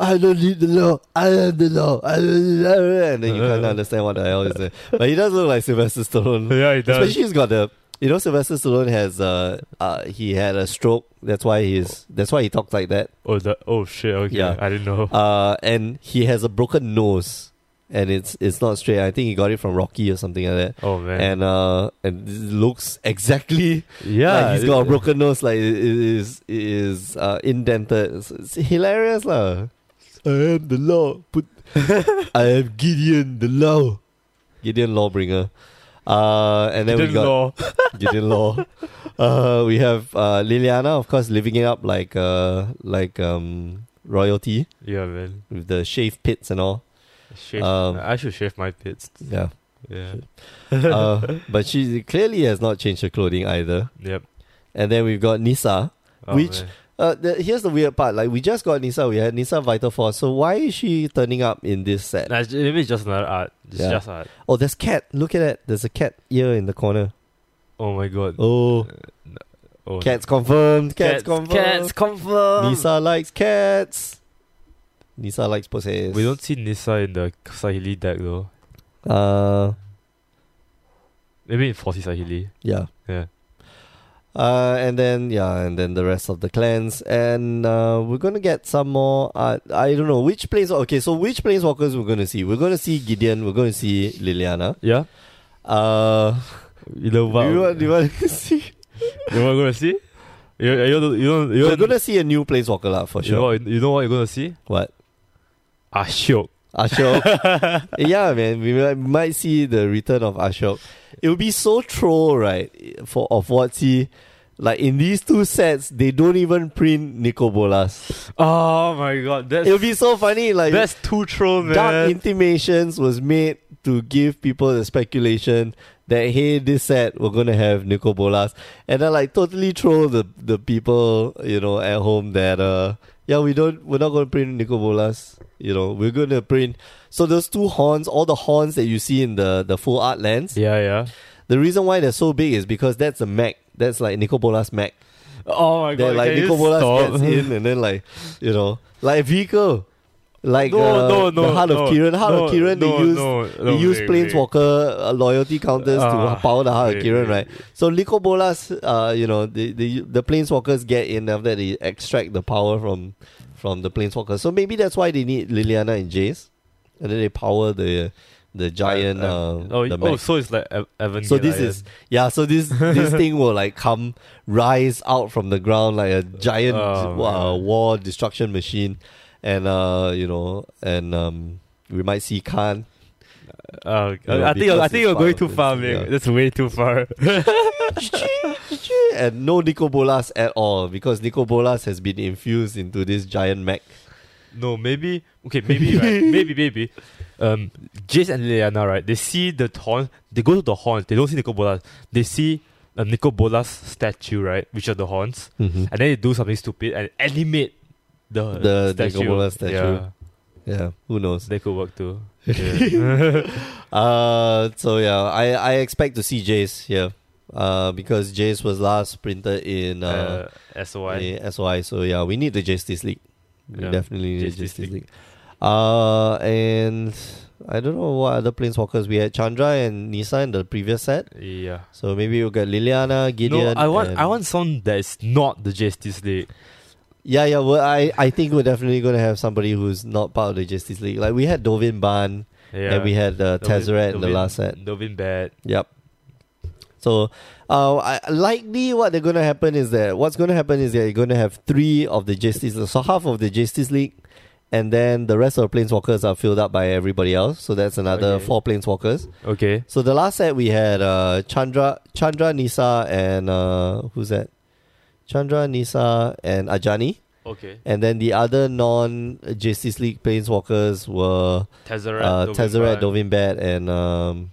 I don't need the law. I am the law. I don't need the law. And then you can't understand what the hell is there. But he does look like Sylvester Stallone. Yeah, he does. Especially he's got the you know Sylvester Stallone has uh, uh he had a stroke. That's why he's that's why he talks like that. oh, the, oh shit. Okay, Yeah. I didn't know. Uh, and he has a broken nose, and it's it's not straight. I think he got it from Rocky or something like that. oh man. And uh, and this looks exactly yeah, like he's it- got a broken nose. Like it it is it is uh, indented. It's, it's hilarious, lah. I am the law. Put I am Gideon the law. Gideon Lawbringer. Uh, and then Gideon we got law. Gideon Law. Uh, we have uh, Liliana, of course, living it up like uh, like um, royalty Yeah, man. with the shaved pits and all. Shave. Um, I should shave my pits. Yeah, Yeah. uh, but she clearly has not changed her clothing either. Yep. And then we've got Nisa. Oh, Which- man. Uh, the, here's the weird part: like we just got Nisa, we had Nisa Vital Force. So why is she turning up in this set? Nah, j- maybe it's just another art. It's Yeah. just art. Oh, there's cat. Look at that. There's a cat ear in the corner. Oh my god. Oh, Oh, cats confirmed. Cats, Cats, confirmed. cats confirmed. Nisa likes cats. Nisa likes possess. We don't see Nisa in the Sahili deck though. Uh, Maybe in 40 Sahili. yeah. Yeah. Uh, and then yeah, and then the rest of the clans, and uh, we're gonna get some more. Uh, I don't know which planes. Okay, so which planeswalkers we're gonna see? We're gonna see Gideon. We're gonna see Liliana. Yeah? Uh, You know do what? you want, do you want to see? You know what we're gonna see? You, you, don't, you, don't, you, We're don't, gonna see a new planeswalker lah for you, know sure. what, you know what you're gonna see? Ah, What? Ashok. Ashok. yeah, man, we might, might see the return of Ashok. It would be so troll, right? For of what he like in these two sets, they don't even print Nico Bolas. Oh my god. That's, It would be so funny, like that's too troll, man. Dark intimations was made to give people the speculation that hey, this set we're gonna have Nico Bolas, and then like totally troll the the people you know at home that uh yeah we don't we're not gonna print Nico Bolas, you know we're gonna print so those two horns, all the horns that you see in the the full art lands, yeah, yeah. the reason why they're so big is because that's a Mac, that's like Nico Bolas Mac, Oh my that god. like can Nico you Bolas stop? gets in and then like you know like vehicle. Like no, uh, no, no. the heart no, of Kiran, heart no, of Kiran, no, they use no, they no, use wait, wait. planeswalker uh, loyalty counters Ah, to power the heart of wait, Kiran, wait. right? So Lico Bolas, uh, you know, the, the the planeswalkers get in after they extract the power from from the planeswalker. So maybe that's why they need Liliana and Jace, and then they power the the giant. Uh, oh, the oh, mech. so it's like Ev- Evan. So this Gillian. is yeah. So this this thing will like come rise out from the ground like a giant Oh, uh, man. war destruction machine, and uh, you know, and um, we might see Khan. Uh, No, I think you're, I because think it's you're part going of too this, far, man. yeah. That's way too far. and no Nico Bolas at all because Nico Bolas has been infused into this giant mech. no, maybe okay, maybe right, maybe maybe. Um, Jace and Liliana, right? They see the horn. They go to the horns. They don't see Nicobolas. They see a Nicobolas statue, right? Which are the horns, and then they do something stupid and animate the The statue. Nicobolas statue. Yeah, Yeah, who knows? they could work too. Yeah. Uh, so yeah, I, I expect to see Jace here, uh, because Jace was last printed in uh, uh, SOI. in SOI. So yeah, we need the Justice League. We Yeah, definitely need Justice Justice, League. League. Uh, and I don't know what other planeswalkers we had. Chandra and Nisa in the previous set. Yeah. So maybe we'll get Liliana, Gideon. no, I want and- I want someone that is not the Justice League. Yeah, yeah. Well, I, I think we're definitely going to have somebody who's not part of the Justice League. Like we had Dovin Ban Yeah. and we had uh, They'll be- Tezzeret in they'll the be- last set. they'll be bad. Yep. So, uh, I, likely what they're going to happen is that what's going to happen is that you're going to have three of the Justice League, so half of the Justice League, and then the rest of the Planeswalkers are filled up by everybody else. So that's another Okay. four Planeswalkers. Okay. So the last set we had uh, Chandra, Chandra Nisa, and uh, who's that? Chandra Nisa and Ajani. Okay. And then the other non Justice League Planeswalkers were Tezzeret. uh, Dovinbar, Tezzeret, Dovinbat, and um,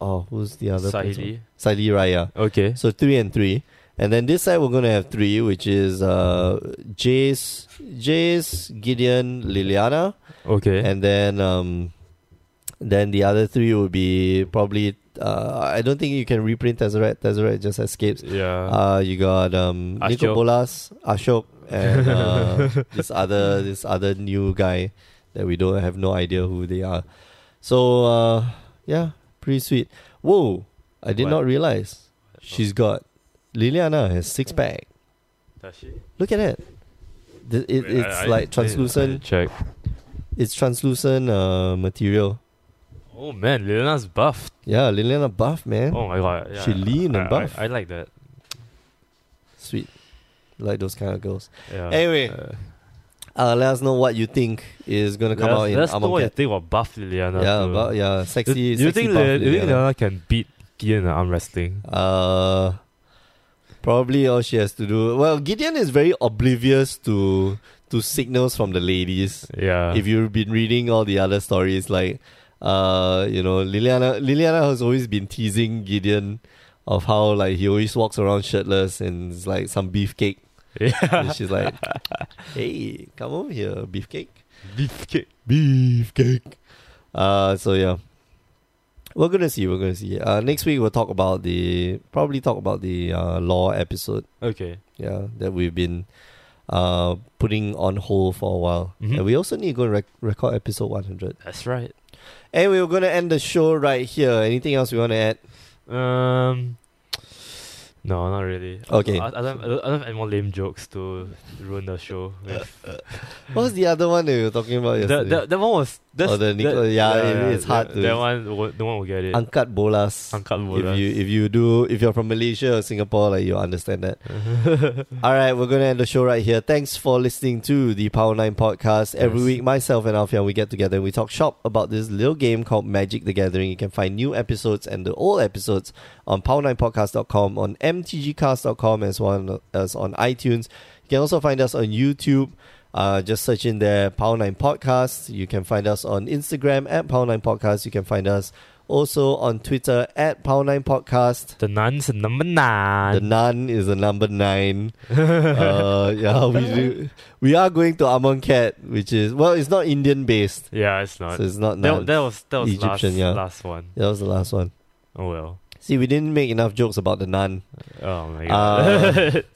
oh, who's the other? Sahili. Sahili Raya. Okay. So three and three. And then this side we're gonna have three, which is uh Jace Jace, Gideon, Liliana. Okay. And then um then the other three would be probably uh I don't think you can reprint Tezzeret. Tezzeret just escapes. yeah. Uh you got um Uh-huh. Ashok. Nico Bolas, Ashok, and uh, this other this other new guy that we don't have no idea who they are. So uh yeah, pretty sweet. Whoa, I did What? not realize. She's got Liliana has six pack. Oh, Does she? Look at it. Th- it Wait, I- it's I- I- like translucent. Check. it's translucent uh, material. Oh man, Liliana's buffed. Yeah, Liliana buff man. Oh my god. Yeah, She lean I- and I- buff. I, I like that. Sweet, like those kind of girls. Yeah. Anyway, Uh, Uh, let us know what you think is gonna come let us- out in let us know what you Amonkhet. think about buff Liliana. Yeah, too. but, yeah, sexy. Do- do, you sexy think buff Lil- do you think Liliana. Liliana can beat Gideon in arm wrestling? Uh, probably all she has to do. Well, Gideon is very oblivious to to signals from the ladies. Yeah. if you've been reading all the other stories, like uh, you know, Liliana Liliana has always been teasing Gideon of how like he always walks around shirtless and it's like some beefcake. yeah. And she's like, Hey, come over here, beefcake. Beefcake. Beefcake. Uh so yeah. We're gonna see, we're gonna see. Uh next week we'll talk about the probably talk about the uh law episode, Okay. yeah, that we've been uh putting on hold for a while. Mhm. And we also need to go rec- record episode one hundred. That's right. Anyway, we're gonna end the show right here. Anything else we wanna add? Um, no, not really. I- Okay. I, I, don't, I don't I don't have any more lame jokes to ruin the show. with. What was the other one that we were talking about that, yesterday? that, that one was. That's, Oh, the Nico- yeah, it- it's hard that, to- That one, wo- no one will get it. Angkat bolas. Angkat If you if you do if you're from Malaysia or Singapore, like you understand that. bolas. All right, we're gonna end the show right here. Thanks for listening to the Power Nine podcast. Every Yes. week, myself and Alfian we get together and we talk shop about this little game called Magic the Gathering. You can find new episodes and the old episodes on power9podcast.com, on mtgcast.com, as well as on iTunes. You can also find us on YouTube. Uh, just search in there Power Nine Podcast. You can find us on Instagram at Power Nine Podcast. You can find us also on Twitter at Power Nine Podcast. the nun's number nine. The nun is the number nine. uh, yeah, we do, we are going to Amonkhet, which is well, it's not Indian based, yeah, it's not. so it's not nun. that, that was that was Egyptian, last, yeah. last one. that was the last one. Oh well. See, we didn't make enough jokes about the nun. Oh my god.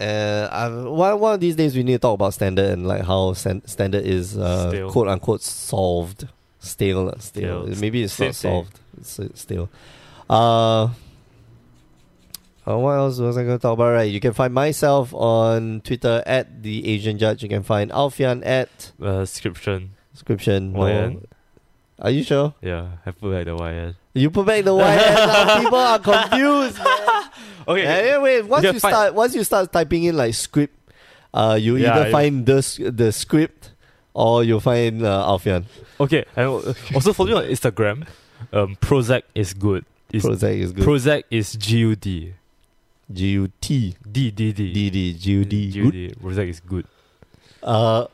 Uh, i one one of these days we need to talk about standard and like how san- standard is uh, Stale. quote unquote solved, stale, not stale. Stale. Maybe it's Same not thing. solved. It's uh, stale. Uh, Uh, what else was I going to talk about? Right, you can find myself on Twitter at the Asian Judge. You can find Alfian at uh, description. description. YN? Are you sure? Yeah, I put like the YN. You put back the Y. people are confused. Okay. Yeah, Anyway, once you, can find- start once you start typing in like script, uh, you Yeah, either I- find the s- the script or you'll find uh, Alfian. Okay, and al- also follow me on Instagram. Um, Prozac is good. Is Prozac is good. Prozac is G U D G U T D D D D D G U D. Good. Prozac is good. Uh,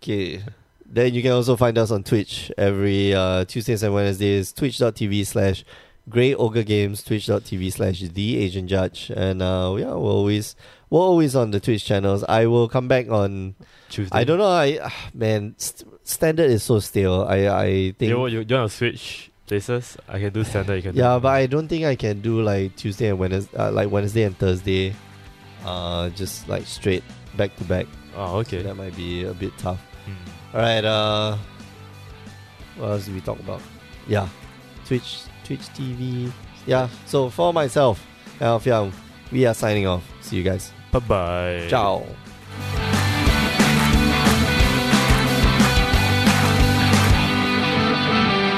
okay. Then you can also find us on Twitch every uh, Tuesdays and Wednesdays, twitch.tv slash Grey Ogre Games, twitch.tv slash The Asian Judge. And uh, yeah, we're always, we're always on the Twitch channels. I will come back on Tuesday. I don't know. I ah, man, st- standard is so stale. I I You, think know what, you, you want to switch places? I can do standard. You can. yeah, but I don't think I can do like Tuesday and Wednesday, uh, like Wednesday and Thursday, uh, just like straight back to back. Oh, okay. That might be a bit tough. Hmm. All right. Uh, what else did we talk about? Yeah, Twitch, Twitch TV. Yeah. So for myself, Alfiam, we are signing off. See you guys. Bye bye. Ciao.